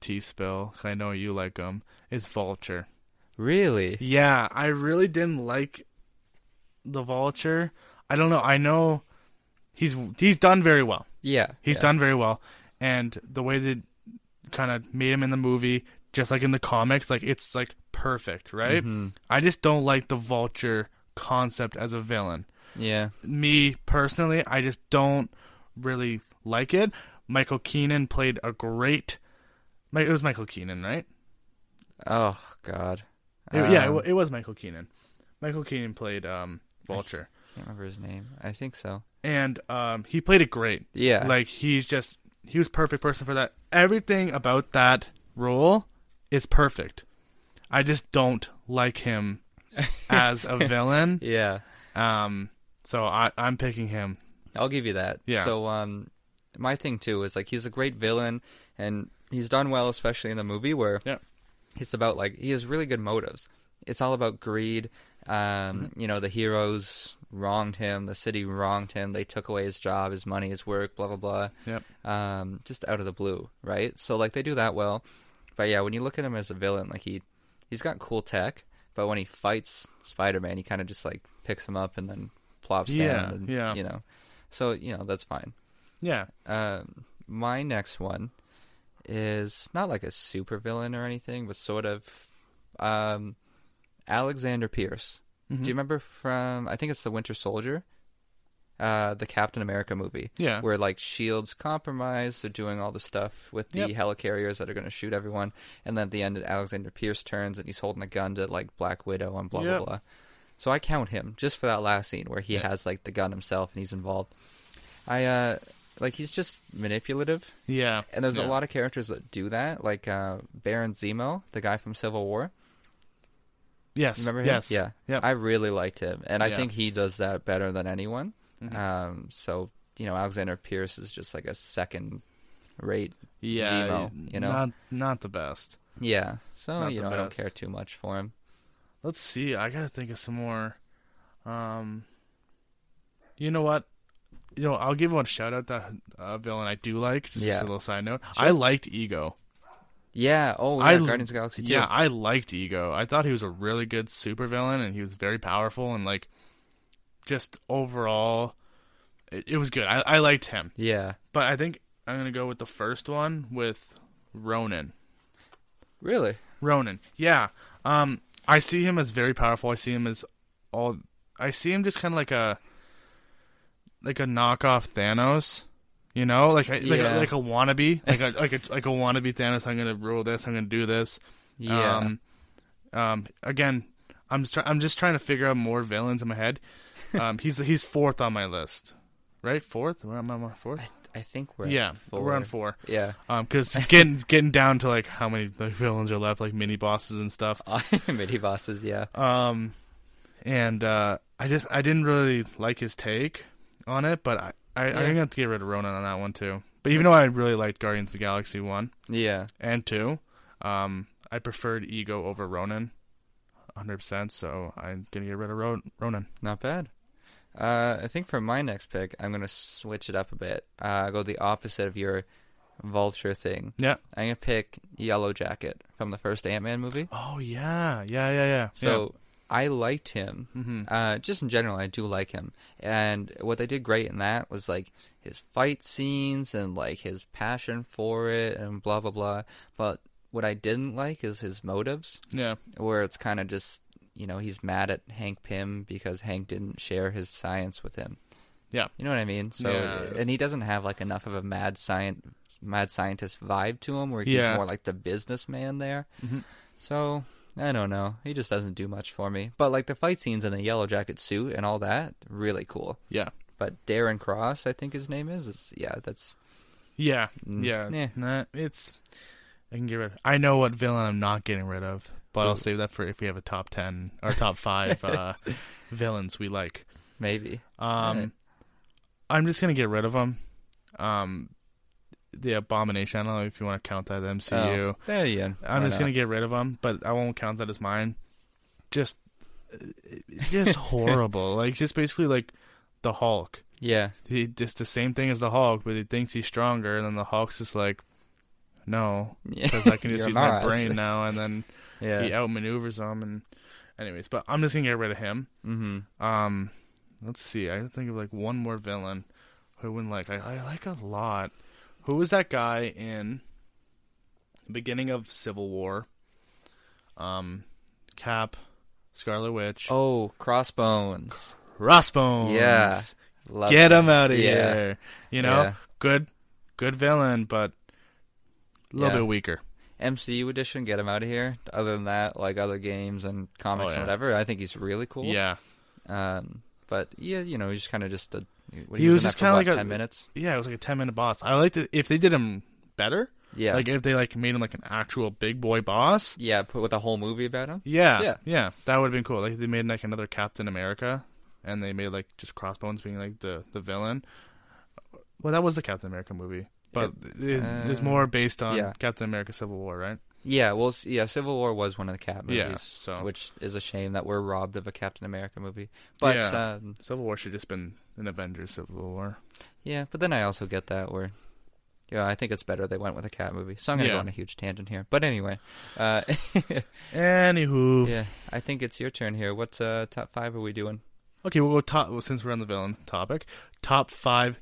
Speaker 4: tea spill 'cause I know you like them. Is Vulture.
Speaker 3: Really?
Speaker 4: Yeah, I really didn't like the Vulture. I don't know. I know he's he's done very well.
Speaker 3: Yeah.
Speaker 4: He's
Speaker 3: yeah.
Speaker 4: done very well, and the way they kind of made him in the movie, just like in the comics, like it's like perfect, right?
Speaker 3: Mm-hmm.
Speaker 4: I just don't like the Vulture concept as a villain.
Speaker 3: Yeah.
Speaker 4: Me personally, I just don't really like it. Michael Keenan played a great. Mi- It was Michael Keenan, right?
Speaker 3: Oh God.
Speaker 4: It- yeah, it,
Speaker 3: Um,
Speaker 4: wa- it was Michael Keenan. Michael Keenan played um, Vulture.
Speaker 3: can't remember his name. I think so.
Speaker 4: and um, he played it great.
Speaker 3: Yeah.
Speaker 4: like he's just he was perfect person for that. Everything about that role is perfect. I just don't like
Speaker 3: [LAUGHS]
Speaker 4: him as a villain.
Speaker 3: Yeah.
Speaker 4: Um, so I, I'm picking him.
Speaker 3: I'll give you that.
Speaker 4: Yeah.
Speaker 3: So um, my thing too is like he's a great villain, and he's done well, especially in the movie where
Speaker 4: Yeah,
Speaker 3: it's about like he has really good motives. It's all about greed. Um,
Speaker 4: Mm-hmm.
Speaker 3: You know, the heroes wronged him, the city wronged him, they took away his job, his money, his work, blah blah blah.
Speaker 4: Yep.
Speaker 3: Um, just out of the blue, right? So like they do that well, but yeah, when you look at him as a villain, like he he's got cool tech, but when he fights Spider Man, he kind of just like picks him up and then plops
Speaker 4: Yeah,
Speaker 3: down, and,
Speaker 4: yeah.
Speaker 3: you know. So you know that's fine.
Speaker 4: yeah.
Speaker 3: Um, my next one is not like a supervillain or anything, but sort of um, Alexander Pierce. Do
Speaker 4: Mm-hmm.
Speaker 3: you remember from? I think it's the Winter Soldier, uh, the Captain America movie.
Speaker 4: Yeah.
Speaker 3: where like Shields compromised, they're doing all the stuff with the
Speaker 4: Yep.
Speaker 3: helicarriers that are going to shoot everyone, and then at the end, Alexander Pierce turns and he's holding a gun to like Black Widow and blah
Speaker 4: Yep.
Speaker 3: blah blah. So I count him just for that last scene where he has like the gun himself and he's involved. I uh like he's just manipulative.
Speaker 4: Yeah.
Speaker 3: And there's a
Speaker 4: Yeah.
Speaker 3: lot of characters that do that, like uh Baron Zemo, the guy from Civil War.
Speaker 4: Yes.
Speaker 3: Remember him?
Speaker 4: Yes.
Speaker 3: Yeah.
Speaker 4: Yep.
Speaker 3: I really liked him. And I
Speaker 4: Yeah. Mm-hmm.
Speaker 3: think he does that better than anyone. Um so, you know, Alexander Pierce is just like a second rate Zemo, you know.
Speaker 4: Not not the best.
Speaker 3: yeah. So,
Speaker 4: not
Speaker 3: you
Speaker 4: the
Speaker 3: know, I don't
Speaker 4: best.
Speaker 3: care too much for him.
Speaker 4: Let's see. I gotta think of some more. Um, you know what? You know, I'll give one shout out to uh, villain I do like. Just
Speaker 3: Yeah.
Speaker 4: a little side note. I liked Ego.
Speaker 3: Yeah. Oh, yeah,
Speaker 4: I
Speaker 3: Guardians of the Galaxy 2.
Speaker 4: Yeah, I liked Ego. I thought he was a really good supervillain, and he was very powerful, and like, just overall, it, it was good. I, I liked him,
Speaker 3: yeah.
Speaker 4: but I think I'm gonna go with the first one with Ronan.
Speaker 3: Really?
Speaker 4: Ronan. Yeah. Um, I see him as very powerful. I see him as all. I see him just kind of like a, like a knockoff Thanos. You know, like I, like,
Speaker 3: Yeah.
Speaker 4: a, like a
Speaker 3: [LAUGHS]
Speaker 4: wannabe, like a like a like a wannabe Thanos. I'm gonna rule this. I'm gonna do this.
Speaker 3: Yeah.
Speaker 4: Um, um, again, I'm just try- I'm just trying to figure out more villains in
Speaker 3: [LAUGHS]
Speaker 4: my head. Um, he's he's fourth on my list, right? Fourth? Where am I? Fourth?
Speaker 3: I think we're
Speaker 4: yeah,
Speaker 3: at four.
Speaker 4: we're on four.
Speaker 3: Yeah. [LAUGHS]
Speaker 4: Um, because it's getting [LAUGHS] getting down to like how many like, villains are left, like mini bosses and stuff.
Speaker 3: mini bosses, yeah.
Speaker 4: Um, and uh, I just I didn't really like his take on it, but I I, I'm gonna have to get rid of Ronan on that one too. But even though I really liked Guardians of the Galaxy one
Speaker 3: yeah.
Speaker 4: and two, um, I preferred Ego over Ronan, hundred percent. So I'm gonna get rid of Ro- Ronan.
Speaker 3: Not bad. Uh, I think for my next pick, I'm going to switch it up a bit. Uh, go the opposite of your vulture thing.
Speaker 4: Yeah.
Speaker 3: I'm going to pick Yellow Jacket from the first Ant Man movie.
Speaker 4: Oh yeah, yeah, yeah, yeah.
Speaker 3: So I liked him. Uh, just in general, I do like him. And what they did great in that was like his fight scenes and like his passion for it and blah, blah, blah. But what I didn't like is his motives
Speaker 4: yeah,
Speaker 3: where it's kind of just you know he's mad at Hank Pym because Hank didn't share his science with him.
Speaker 4: yeah,
Speaker 3: You know what I mean? So
Speaker 4: Yes.
Speaker 3: and he doesn't have like enough of a mad science mad scientist vibe to him where he's
Speaker 4: Yeah. Mm-hmm.
Speaker 3: more like the businessman there. So I don't know. He just doesn't do much for me. But like the fight scenes in the yellow jacket suit and all that, really cool.
Speaker 4: yeah,
Speaker 3: But Darren Cross, I think his name is. It's, yeah, that's
Speaker 4: yeah,
Speaker 3: Mm.
Speaker 4: yeah.
Speaker 3: Yeah.
Speaker 4: Nah, it's I can get rid. of I know what villain I'm not getting rid of, but I'll
Speaker 3: Who?
Speaker 4: save that for if we have a top ten or
Speaker 3: [LAUGHS]
Speaker 4: top five uh, villains we like.
Speaker 3: maybe.
Speaker 4: Um,
Speaker 3: Right.
Speaker 4: I'm just gonna get rid of them. Um, the Abomination. I don't know if you want to count that MCU.
Speaker 3: Oh, there you.
Speaker 4: I'm just gonna get rid of them, but I won't count that as mine. Just, uh,
Speaker 3: [LAUGHS]
Speaker 4: just horrible. Like just basically like the Hulk.
Speaker 3: Yeah.
Speaker 4: He just the same thing as the Hulk, but he thinks he's stronger, and then the Hulk's just like, no,
Speaker 3: Yeah.
Speaker 4: because
Speaker 3: [LAUGHS]
Speaker 4: I can just
Speaker 3: You're
Speaker 4: use
Speaker 3: not.
Speaker 4: my brain now, and then
Speaker 3: [LAUGHS] Yeah.
Speaker 4: he outmaneuvers him. And anyways, but I'm just gonna get rid of him.
Speaker 3: Mm-hmm.
Speaker 4: Um, let's see. I can think of like one more villain who wouldn't like. I, I like a lot. Who was that guy in the beginning of Civil War? Um, Cap, Scarlet Witch,
Speaker 3: Oh, crossbones.
Speaker 4: Crossbones.
Speaker 3: Yeah. Love
Speaker 4: get
Speaker 3: that.
Speaker 4: him out of
Speaker 3: Yeah.
Speaker 4: here. You know,
Speaker 3: Yeah.
Speaker 4: good, good villain, but a little
Speaker 3: Yeah.
Speaker 4: bit weaker.
Speaker 3: MCU edition, get him out of here. Other than that, like other games and comics
Speaker 4: Oh, yeah.
Speaker 3: and whatever, I think he's really cool.
Speaker 4: Yeah,
Speaker 3: Um, But yeah, you know, he's kind of just a, what,
Speaker 4: He was
Speaker 3: in that
Speaker 4: just
Speaker 3: for
Speaker 4: kinda
Speaker 3: what,
Speaker 4: like a-
Speaker 3: ten minutes.
Speaker 4: Yeah, it was like a ten minute boss. I liked it if they did him better.
Speaker 3: Yeah.
Speaker 4: like if they like made him like an actual big boy boss.
Speaker 3: Yeah, put with a whole movie about him.
Speaker 4: Yeah,
Speaker 3: Yeah.
Speaker 4: yeah, that would have been cool. Like if they made like another Captain America, and they made like just Crossbones being like the the villain. Well, that was the Captain America movie, but it, it's
Speaker 3: uh,
Speaker 4: more based on
Speaker 3: yeah.
Speaker 4: Captain America Civil War, right?
Speaker 3: Yeah, well, s- yeah, Civil War was one of the Cap movies,
Speaker 4: Yeah, so-
Speaker 3: which is a shame that we're robbed of a Captain America movie. But yeah.
Speaker 4: Yeah.
Speaker 3: um
Speaker 4: Civil War should just been an Avengers Civil War.
Speaker 3: yeah, but then I also get that where yeah, I think it's better they went with a cat movie. So I'm going to
Speaker 4: Yeah.
Speaker 3: go on a huge tangent here. But anyway,
Speaker 4: [LAUGHS]
Speaker 3: uh, [LAUGHS]
Speaker 4: Anywho,
Speaker 3: yeah, I think it's your turn here. What uh, top 5 are we doing?
Speaker 4: okay, we'll go top well, since we're on the villain topic. Top five,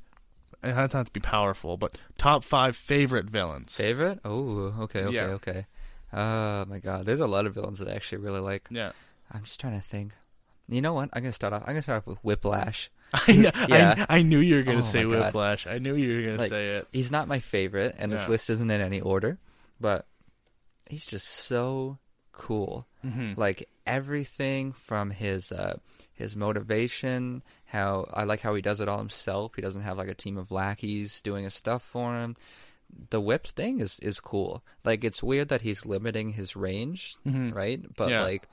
Speaker 4: and that's not to be powerful, but top five favorite villains.
Speaker 3: Favorite? Oh, okay, okay,
Speaker 4: Yeah.
Speaker 3: okay. Oh my god, there's a lot of villains that I actually really like.
Speaker 4: yeah. [LAUGHS]
Speaker 3: I'm just trying to think. You know what? I'm going to start off. I'm going to start off with Whiplash.
Speaker 4: I, kn- I-
Speaker 3: Yeah.
Speaker 4: I, knew you were going
Speaker 3: Oh
Speaker 4: to say
Speaker 3: my God.
Speaker 4: Whiplash. I knew you were going
Speaker 3: Like,
Speaker 4: to say it.
Speaker 3: He's not my favorite, and this
Speaker 4: Yeah.
Speaker 3: list isn't in any order, but he's just so cool.
Speaker 4: Mm-hmm.
Speaker 3: Like everything from his uh, his motivation, how I like how he does it all himself. He doesn't have like a team of lackeys doing his stuff for him. The whip thing is is cool. Like it's weird that he's limiting his range, right? But
Speaker 4: Mm-hmm. Yeah.
Speaker 3: like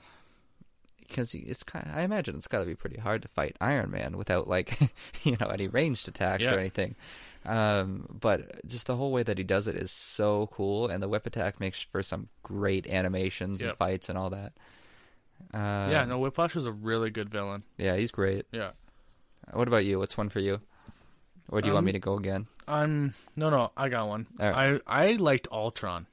Speaker 3: because it's kind I imagine it's got to be pretty hard to fight Iron Man without like [LAUGHS] you know any ranged attacks
Speaker 4: Yeah.
Speaker 3: or anything. Um, but just the whole way that he does it is so cool, and the whip attack makes for some great animations and
Speaker 4: Yep.
Speaker 3: fights and all that. Uh,
Speaker 4: yeah, no, Whiplash is a really good villain.
Speaker 3: yeah, he's great.
Speaker 4: Yeah.
Speaker 3: What about you? What's one for you? Or do you
Speaker 4: Um,
Speaker 3: want me to go again?
Speaker 4: I'm no, no. I got one.
Speaker 3: All right.
Speaker 4: I I liked Ultron.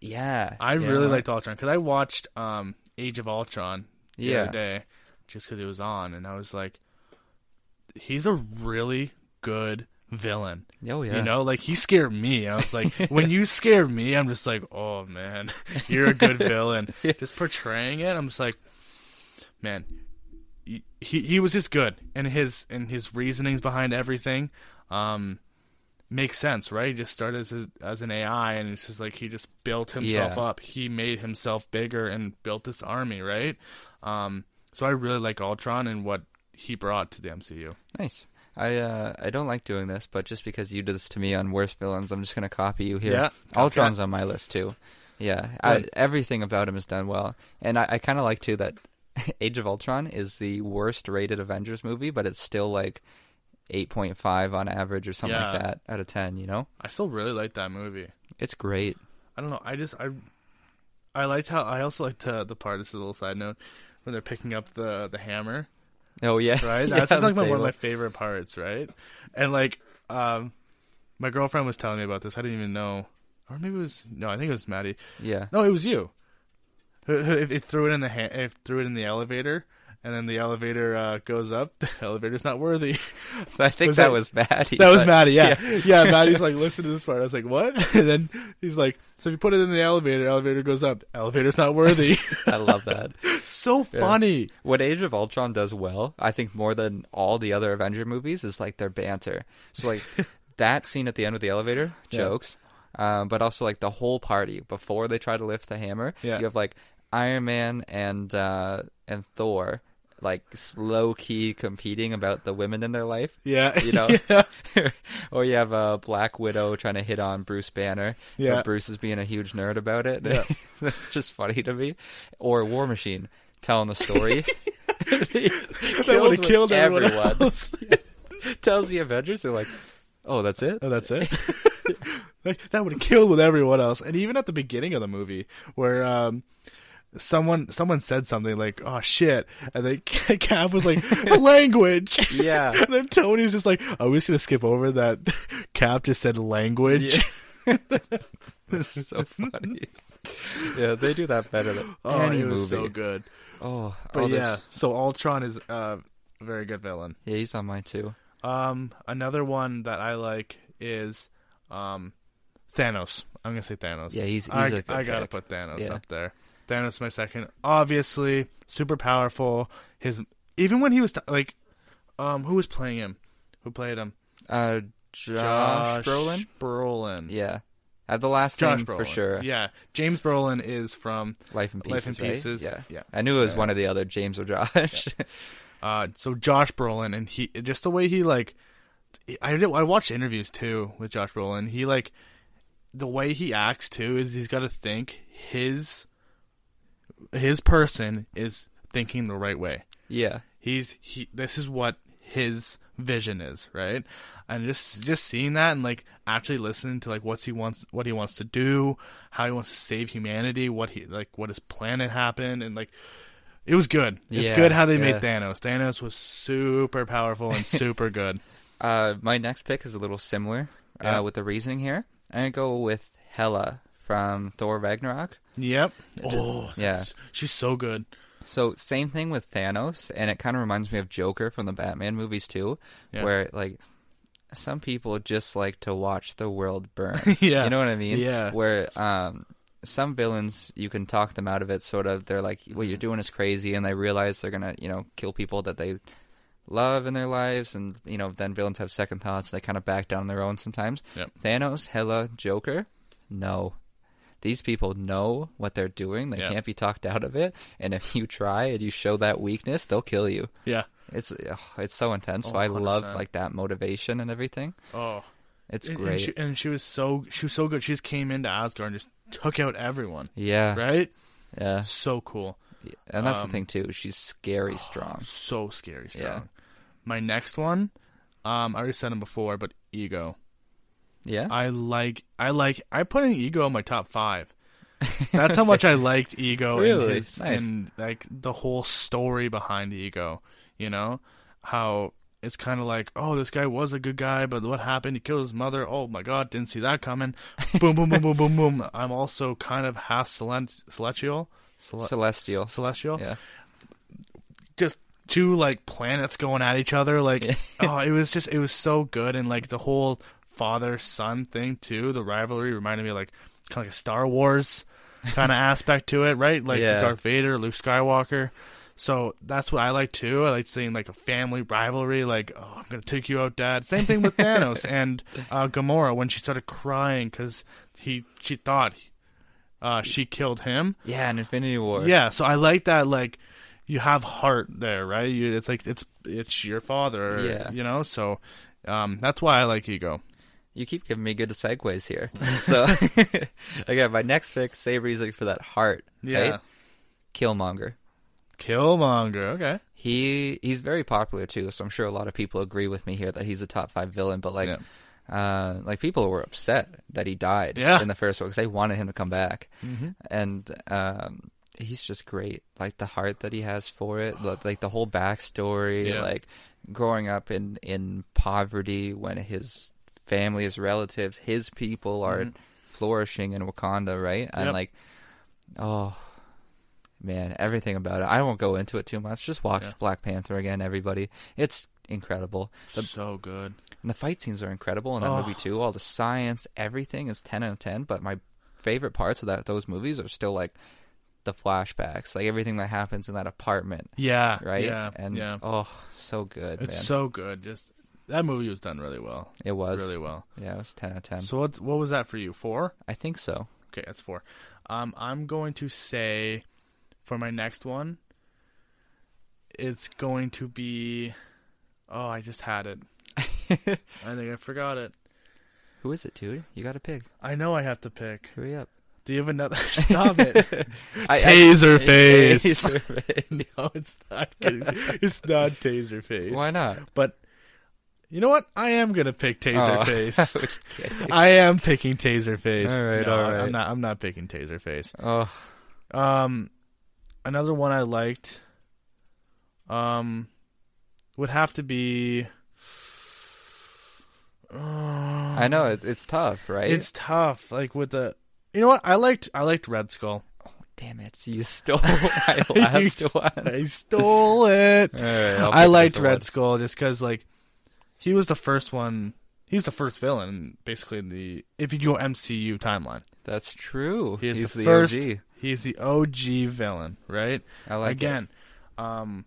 Speaker 3: Yeah,
Speaker 4: I
Speaker 3: yeah.
Speaker 4: really liked Ultron because I watched um Age of Ultron the
Speaker 3: Yeah.
Speaker 4: other day just because it was on, and I was like, he's a really good villain.
Speaker 3: Oh, yeah.
Speaker 4: You know, like he scared me. I was
Speaker 3: [LAUGHS]
Speaker 4: like, when you scare me, I'm just like, oh man, [LAUGHS] you're
Speaker 3: [LAUGHS]
Speaker 4: a good villain. Just portraying it, I'm just like, man, he he he was just good, and his and his reasonings behind everything, um, makes sense, right? He just started as a, as an AI, and it's just like he just built himself
Speaker 3: Yeah.
Speaker 4: up. He made himself bigger and built this army, right? Um, so I really like Ultron and what he brought to the MCU.
Speaker 3: Nice. I uh, I don't like doing this, but just because you did this to me on worst villains, I'm just gonna copy you here.
Speaker 4: Yeah, copy
Speaker 3: Ultron's on my list too. Yeah, I,
Speaker 4: Good.
Speaker 3: everything about him is done well, and I, I kind of like too that [LAUGHS] Age of Ultron is the worst rated Avengers movie, but it's still like 8.5 on average or something
Speaker 4: Yeah.
Speaker 3: like that out of 10. You know,
Speaker 4: I still really like that movie.
Speaker 3: it's great.
Speaker 4: I don't know. I just I I liked how I also liked uh, the the part. This is a little side note when they're picking up the the hammer,
Speaker 3: Oh yeah, [LAUGHS]
Speaker 4: right?
Speaker 3: Yeah,
Speaker 4: That's just
Speaker 3: on
Speaker 4: like
Speaker 3: the
Speaker 4: my, one of my
Speaker 3: table.
Speaker 4: favorite parts, right? And like um, my girlfriend was telling me about this. I didn't even know, or maybe it was no. I think it was Maddie.
Speaker 3: Yeah.
Speaker 4: [LAUGHS]
Speaker 3: [LAUGHS]
Speaker 4: No, it was you. Who- who- If it threw it in the ha- if threw it in the elevator, and then the elevator uh, goes up. [LAUGHS] The elevator's not worthy.
Speaker 3: [LAUGHS] I think
Speaker 4: Was
Speaker 3: that,
Speaker 4: that-
Speaker 3: was [LAUGHS] Maddie.
Speaker 4: That was
Speaker 3: but-
Speaker 4: Maddie, yeah. [LAUGHS] Yeah, Maddie's like, listen to this part. I was like, what? [LAUGHS] And then he's like, so if you put it in the elevator, elevator goes up. Elevator's
Speaker 3: [LAUGHS]
Speaker 4: not worthy.
Speaker 3: I love that.
Speaker 4: [LAUGHS] so funny.
Speaker 3: What Age of Ultron does well, I think more than all the other Avenger movies, is like their banter. So
Speaker 4: [LAUGHS]
Speaker 3: like that scene at the end of the elevator, jokes, um, but also like the whole party before they try to lift the hammer.
Speaker 4: Yeah.
Speaker 3: You have like Iron Man and uh, and Thor like low key competing about the women in their
Speaker 4: [LAUGHS]
Speaker 3: life.
Speaker 4: Yeah.
Speaker 3: You know,
Speaker 4: Yeah.
Speaker 3: [LAUGHS] or you have a uh, Black Widow trying to hit on Bruce Banner. but
Speaker 4: Yeah.
Speaker 3: Bruce is being a huge nerd about it.
Speaker 4: Yeah.
Speaker 3: [LAUGHS] That's just funny to me. Or War Machine telling the
Speaker 4: [LAUGHS]
Speaker 3: story.
Speaker 4: That would
Speaker 3: Kills
Speaker 4: have
Speaker 3: with
Speaker 4: killed everyone. else.
Speaker 3: Tells the Avengers, they're like, "Oh, that's
Speaker 4: [LAUGHS]
Speaker 3: it."
Speaker 4: oh, that's it. like, that would have killed with everyone else. And even at the beginning of the movie, where um, someone someone said something like, oh, shit. And then [LAUGHS] Cap was like, language.
Speaker 3: Yeah.
Speaker 4: [LAUGHS] And then Tony's just like, oh, we're just going to skip over that. [LAUGHS] Cap just said language. [LAUGHS]
Speaker 3: This is so funny. [LAUGHS] yeah, they do that better than
Speaker 4: Oh,
Speaker 3: any
Speaker 4: it was
Speaker 3: movie.
Speaker 4: so good.
Speaker 3: Oh,
Speaker 4: But
Speaker 3: oh, there's-
Speaker 4: yeah, so Ultron is uh, a very good villain.
Speaker 3: yeah, he's on mine too.
Speaker 4: Um, another one that I like is um, Thanos. I'm gonna say Thanos.
Speaker 3: Yeah, he's- he's
Speaker 4: I,
Speaker 3: a good
Speaker 4: I gotta
Speaker 3: pick.
Speaker 4: put Thanos
Speaker 3: Yeah.
Speaker 4: up there. Thanos is my second. Obviously, super powerful. His even when he was t- like, um, who was playing him? Who played him?
Speaker 3: Uh, Josh, Brolin.
Speaker 4: Brolin.
Speaker 3: Yeah, I have the last
Speaker 4: Josh
Speaker 3: name
Speaker 4: Brolin
Speaker 3: for sure.
Speaker 4: Yeah, James Brolin is from
Speaker 3: Life in Pieces.
Speaker 4: Life in
Speaker 3: right?
Speaker 4: Pieces.
Speaker 3: Yeah.
Speaker 4: Yeah.
Speaker 3: I knew it was one or the other, James or Josh.
Speaker 4: Uh, so Josh Brolin and he just the way he like, I did, I watched interviews too with Josh Brolin. He like the way he acts too is he's got to think his his person is thinking the right way.
Speaker 3: [LAUGHS] Yeah.
Speaker 4: He's he. This is what his vision is, right? And just just seeing that and like actually listening to like what's he wants, what he wants to do, how he wants to save humanity, what he like, what his planet happened, and like it was good. It's
Speaker 3: Yeah,
Speaker 4: good how they
Speaker 3: yeah.
Speaker 4: made Thanos. Thanos was super powerful
Speaker 3: [LAUGHS]
Speaker 4: and super good.
Speaker 3: Uh, my next pick is a little similar
Speaker 4: Yeah.
Speaker 3: uh, with the reasoning here. I'm gonna go with Hela from Thor Ragnarok.
Speaker 4: Yep. Oh,
Speaker 3: Yeah.
Speaker 4: that's- She's so good.
Speaker 3: So same thing with Thanos, and it kind of reminds me of Joker from the Batman movies too,
Speaker 4: Yeah.
Speaker 3: where like some people just like to watch the world
Speaker 4: [LAUGHS]
Speaker 3: burn.
Speaker 4: Yeah.
Speaker 3: you know what I mean?
Speaker 4: Yeah.
Speaker 3: Where um, some villains you can talk them out of it. Sort of, they're like, "What you're
Speaker 4: Mm-hmm.
Speaker 3: doing is crazy," and they realize they're gonna, you know, kill people that they love in their lives, and you know, then villains have second thoughts. They kind of back down on their own sometimes.
Speaker 4: Yep.
Speaker 3: Thanos, Hela, Joker, no these people know what they're doing. They
Speaker 4: Yeah.
Speaker 3: can't be talked out of it. And if you try and you show that weakness, they'll kill you.
Speaker 4: Yeah.
Speaker 3: It's ugh, it's so intense. so
Speaker 4: Oh,
Speaker 3: I love
Speaker 4: 100%.
Speaker 3: like that motivation and everything.
Speaker 4: Oh,
Speaker 3: It's
Speaker 4: and, and
Speaker 3: great.
Speaker 4: she, and she was so she was so good. She just came into Asgard and just took out everyone.
Speaker 3: yeah,
Speaker 4: Right.
Speaker 3: yeah.
Speaker 4: So cool.
Speaker 3: And that's
Speaker 4: Um, oh,
Speaker 3: the thing too. She's scary strong.
Speaker 4: So scary strong.
Speaker 3: Yeah.
Speaker 4: My next one, um, I already said him before, but ego.
Speaker 3: Yeah.
Speaker 4: I like I like I put an ego in my top five. That's
Speaker 3: [LAUGHS]
Speaker 4: how much I liked ego and
Speaker 3: Really?
Speaker 4: his
Speaker 3: Nice.
Speaker 4: and like the whole story behind ego, you know? How it's kinda like, oh, this guy was a good guy, but what happened? He killed his mother. Oh my god, didn't see
Speaker 3: [LAUGHS]
Speaker 4: that coming. boom, boom, boom, boom, boom, boom. I'm also kind of half celen- celestial. Cele-
Speaker 3: Celestial.
Speaker 4: celestial
Speaker 3: yeah.
Speaker 4: just two like planets going at each other like [LAUGHS] oh it was just it was so good and like the whole father son thing too the rivalry reminded me of, like kind of like a star wars kind of aspect to it right like
Speaker 3: Yeah.
Speaker 4: darth vader luke skywalker so that's what i like too i like seeing like a family rivalry like oh i'm gonna take you out dad same thing with thanos and uh gamora when she started crying because he she thought uh she killed him
Speaker 3: Yeah. And Infinity War.
Speaker 4: yeah, so I like that. Like, you have heart there, right? You, it's like it's it's your father.
Speaker 3: Yeah.
Speaker 4: you know. So, um, that's why I like ego.
Speaker 3: You keep giving me good segues
Speaker 4: [LAUGHS]
Speaker 3: here. So [LAUGHS] again, my next pick, same reason for that heart.
Speaker 4: Yeah,
Speaker 3: Right? Killmonger.
Speaker 4: Killmonger. Okay.
Speaker 3: He he's very popular too, so I'm sure a lot of people agree with me here that he's a top five villain. But like, uh, like people were upset that he died
Speaker 4: Yeah. Mm-hmm.
Speaker 3: in the first one because they wanted him to come back, and um, he's just great. Like the heart that he has for it, like, like the whole backstory,
Speaker 4: Yeah.
Speaker 3: like growing up in in poverty when his family, his relatives, his people are flourishing in Wakanda, right? And
Speaker 4: Mm-hmm. Yep.
Speaker 3: like, oh man, everything about it. I won't go into it too much. Just watch
Speaker 4: Yeah.
Speaker 3: Black Panther again, everybody. It's incredible. The,
Speaker 4: so good.
Speaker 3: and the fight scenes are incredible in that
Speaker 4: Oh.
Speaker 3: movie too. All the science, everything is ten out of ten. But my favorite parts of that those movies are still like the flashbacks, like everything that happens in that apartment,
Speaker 4: Yeah.
Speaker 3: right?
Speaker 4: Yeah.
Speaker 3: and
Speaker 4: yeah.
Speaker 3: oh, so good,
Speaker 4: it's
Speaker 3: man.
Speaker 4: so good. Just that movie was done really well.
Speaker 3: it was
Speaker 4: really well.
Speaker 3: Yeah, it was ten out of ten.
Speaker 4: So what what was that for you? Four.
Speaker 3: I think so.
Speaker 4: Okay, that's four. Um, I'm going to say for my next one, it's going to be. Oh, I just
Speaker 3: [LAUGHS]
Speaker 4: had it. I think I forgot it.
Speaker 3: Who is it, dude? You got to pick.
Speaker 4: I know I have to pick.
Speaker 3: Hurry
Speaker 4: [LAUGHS]
Speaker 3: up.
Speaker 4: Do you have another?
Speaker 3: [LAUGHS]
Speaker 4: Stop it.
Speaker 3: I- I-
Speaker 4: Taserface.
Speaker 3: [LAUGHS] Taserface.
Speaker 4: [LAUGHS] no, it's not. It's not Taserface.
Speaker 3: Why not?
Speaker 4: But you know what? I am gonna pick
Speaker 3: Oh, [LAUGHS]
Speaker 4: [LAUGHS] Taserface.
Speaker 3: I was kidding.
Speaker 4: I am picking Taserface.
Speaker 3: All right,
Speaker 4: No,
Speaker 3: all
Speaker 4: I'm
Speaker 3: right.
Speaker 4: not. I'm not picking Taserface.
Speaker 3: Oh,
Speaker 4: Um, another one I liked. Um, would have to be.
Speaker 3: I know it, it's tough, right?
Speaker 4: It's tough. Like with the, you know what? I liked. I liked
Speaker 3: [LAUGHS]
Speaker 4: Red Skull.
Speaker 3: Damn it! You stole [LAUGHS]
Speaker 4: [LAUGHS]
Speaker 3: my last
Speaker 4: You-
Speaker 3: one.
Speaker 4: I stole it.
Speaker 3: All right, I'll
Speaker 4: I
Speaker 3: pick a
Speaker 4: liked
Speaker 3: different
Speaker 4: Red
Speaker 3: one.
Speaker 4: Skull just because, like, he was the first one. He was the first villain, basically. In the if you go MCU timeline,
Speaker 3: That's true.
Speaker 4: he is
Speaker 3: He's
Speaker 4: the, first.
Speaker 3: OG.
Speaker 4: He's the OG villain, right?
Speaker 3: I like it. [LAUGHS]
Speaker 4: again. Um,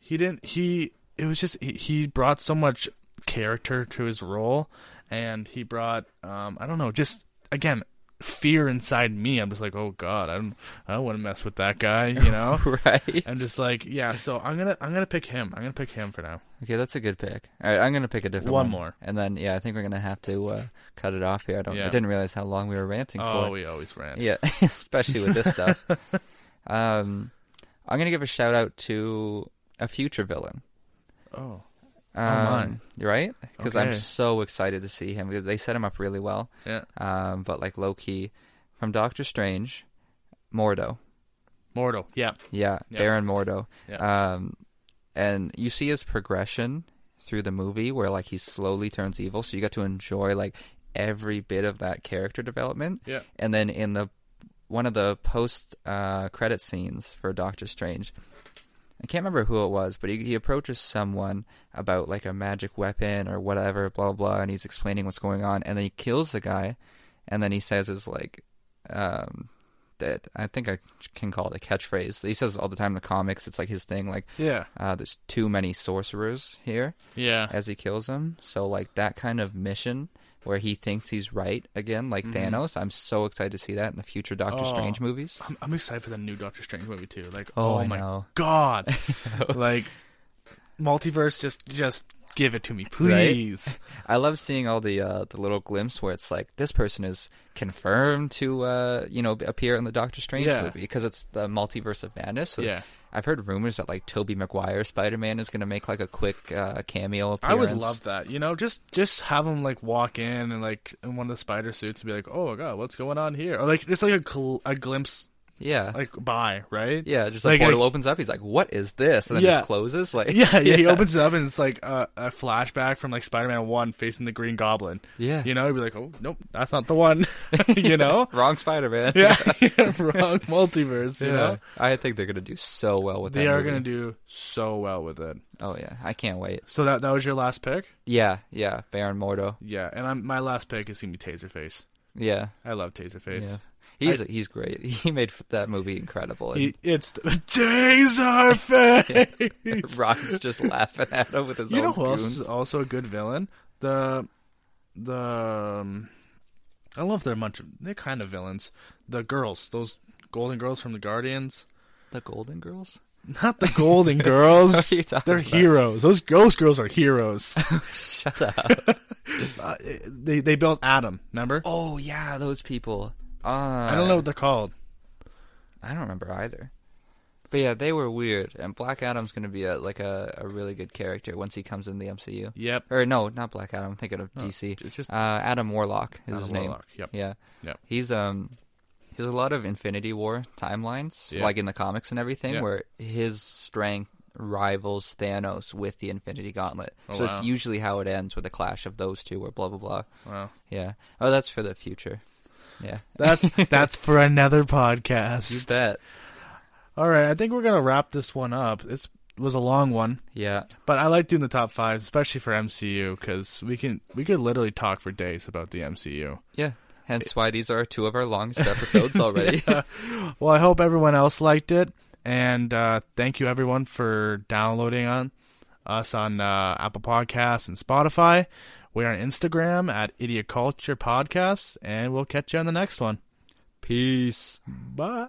Speaker 4: he didn't. He it was just he, he brought so much character to his role, and he brought um I don't know just again fear inside me. I'm just like, oh god, I don't, I don't want to mess with that guy.
Speaker 3: [LAUGHS]
Speaker 4: You know,
Speaker 3: right?
Speaker 4: I'm just like, yeah. So I'm gonna, I'm gonna pick him. I'm gonna pick him for now.
Speaker 3: Okay, that's a good pick. All right, I'm gonna pick a different
Speaker 4: One
Speaker 3: one,
Speaker 4: more.
Speaker 3: and then yeah, I think we're gonna have to uh, cut it off here. I don't.
Speaker 4: Yeah.
Speaker 3: I didn't realize how long we were ranting
Speaker 4: Oh,
Speaker 3: for.
Speaker 4: we always ran.
Speaker 3: Yeah, [LAUGHS] especially with this
Speaker 4: [LAUGHS]
Speaker 3: stuff. Um, I'm gonna give a shout out to a future villain.
Speaker 4: Oh, my.
Speaker 3: Um, right? Because I'm
Speaker 4: Okay.
Speaker 3: so excited to see him. They set him up really well.
Speaker 4: yeah.
Speaker 3: Um, but like low key, from Doctor Strange, Mordo.
Speaker 4: Mortal. Yeah.
Speaker 3: Yeah,
Speaker 4: Yeah.
Speaker 3: Baron Mordo.
Speaker 4: Yeah.
Speaker 3: Um, and you see his progression through the movie where like he slowly turns evil. So you got to enjoy like every bit of that character development.
Speaker 4: Yeah.
Speaker 3: And then in the one of the post uh, credit scenes for Doctor Strange, I can't remember who it was, but he, he approaches someone about like a magic weapon or whatever, blah blah, and he's explaining what's going on, and then he kills the guy, and then he says is like, um, that I think I can call it a catchphrase. He says all the time in the comics. It's like his thing. Like,
Speaker 4: Yeah.
Speaker 3: uh, there's too many sorcerers here
Speaker 4: Yeah.
Speaker 3: as he kills him. So like that kind of mission where he thinks he's right again, like Thanos. I'm so excited to see that in the future Doctor
Speaker 4: Oh.
Speaker 3: Strange
Speaker 4: [LAUGHS]
Speaker 3: movies.
Speaker 4: I'm, I'm excited for the new Doctor Strange movie too. Like,
Speaker 3: Oh,
Speaker 4: oh,
Speaker 3: I
Speaker 4: my
Speaker 3: know.
Speaker 4: god,
Speaker 3: [LAUGHS]
Speaker 4: [LAUGHS] like multiverse. Just, just give it to me, please.
Speaker 3: I love seeing all the uh, the little glimpse where it's like this person is confirmed to uh, you know appear in the Doctor Strange
Speaker 4: Yeah.
Speaker 3: movie because it's the multiverse of madness. So
Speaker 4: Yeah.
Speaker 3: I've heard rumors that like Tobey Maguire Spider Man is going to make like a quick uh, cameo appearance.
Speaker 4: I would love that. You know, just just have him like walk in and like in one of the spider suits and be like, "Oh god, what's going on here?" Or like just like a, gl- a glimpse
Speaker 3: yeah.
Speaker 4: like by, right?
Speaker 3: yeah, just like, portal opens up, he's like, "What is this?" and then
Speaker 4: Yeah.
Speaker 3: just closes. Like,
Speaker 4: [LAUGHS]
Speaker 3: [LAUGHS]
Speaker 4: Yeah, yeah, he opens it up and it's like a, a flashback from like Spider-Man One facing the Green Goblin.
Speaker 3: Yeah.
Speaker 4: you know, he'd be like, "Oh, nope, that's not the one," [LAUGHS] you know.
Speaker 3: [LAUGHS] wrong Spider Man. [LAUGHS]
Speaker 4: [LAUGHS] yeah, wrong multiverse. You know,
Speaker 3: I think they're gonna do so well with
Speaker 4: they
Speaker 3: that.
Speaker 4: are
Speaker 3: movie.
Speaker 4: going to do so well with it.
Speaker 3: Oh yeah, I can't wait.
Speaker 4: So that that was your last pick.
Speaker 3: Yeah, yeah, Baron Mordo.
Speaker 4: Yeah, and I'm, my last pick is going to be Taserface.
Speaker 3: Yeah,
Speaker 4: I love Taserface.
Speaker 3: yeah. He's he's great. [LAUGHS] He made f- that movie incredible. And
Speaker 4: He, it's [LAUGHS] the,
Speaker 3: [LAUGHS]
Speaker 4: Taserface.
Speaker 3: Rocket's just laughing at him with his
Speaker 4: you
Speaker 3: own
Speaker 4: know who else is
Speaker 3: goons.
Speaker 4: also a good villain? The the um, I love their much. They're kind of villains. The girls, those Golden Girls from the Guardians.
Speaker 3: The Golden Girls.
Speaker 4: Not the Golden
Speaker 3: [LAUGHS]
Speaker 4: Girls.
Speaker 3: What are you talking
Speaker 4: They're
Speaker 3: about?
Speaker 4: heroes. Those Ghost Girls are heroes.
Speaker 3: [LAUGHS]
Speaker 4: Uh,
Speaker 3: Shut up.
Speaker 4: [LAUGHS] they they built Adam. Remember?
Speaker 3: oh yeah, those people. Uh,
Speaker 4: I don't know what they're called.
Speaker 3: I don't remember either. But yeah, they were weird. And Black Adam's gonna be a like a, a really good character once he comes in the MCU.
Speaker 4: Yep.
Speaker 3: Or no, not Black Adam. I'm thinking of DC.
Speaker 4: it's just-
Speaker 3: uh, Adam Warlock is
Speaker 4: Adam
Speaker 3: his name.
Speaker 4: Warlock, yep.
Speaker 3: Yeah.
Speaker 4: Yep.
Speaker 3: He's um. He's a lot of Infinity War timelines,
Speaker 4: Yeah.
Speaker 3: like in the comics and everything,
Speaker 4: Yeah.
Speaker 3: where his strength rivals Thanos with the Infinity Gauntlet.
Speaker 4: Oh,
Speaker 3: so
Speaker 4: wow.
Speaker 3: it's usually how it ends with a clash of those two, or blah blah blah.
Speaker 4: Wow.
Speaker 3: Yeah. Oh, that's for the future. Yeah. [LAUGHS]
Speaker 4: That's that's for another
Speaker 3: you
Speaker 4: podcast.
Speaker 3: bet.
Speaker 4: All right, I think we're gonna wrap this one up. This was a long one,
Speaker 3: Yeah.
Speaker 4: but I like doing the top fives, especially for MCU, because we can we could literally talk for days about the MCU.
Speaker 3: Yeah. Hence why these are two of our longest episodes
Speaker 4: [LAUGHS]
Speaker 3: already.
Speaker 4: Well, I hope everyone else liked it, and uh, thank you everyone for downloading on us on uh, Apple Podcasts and Spotify. We're on Instagram at Idioculture Podcasts, and we'll catch you on the next one. Peace. Bye.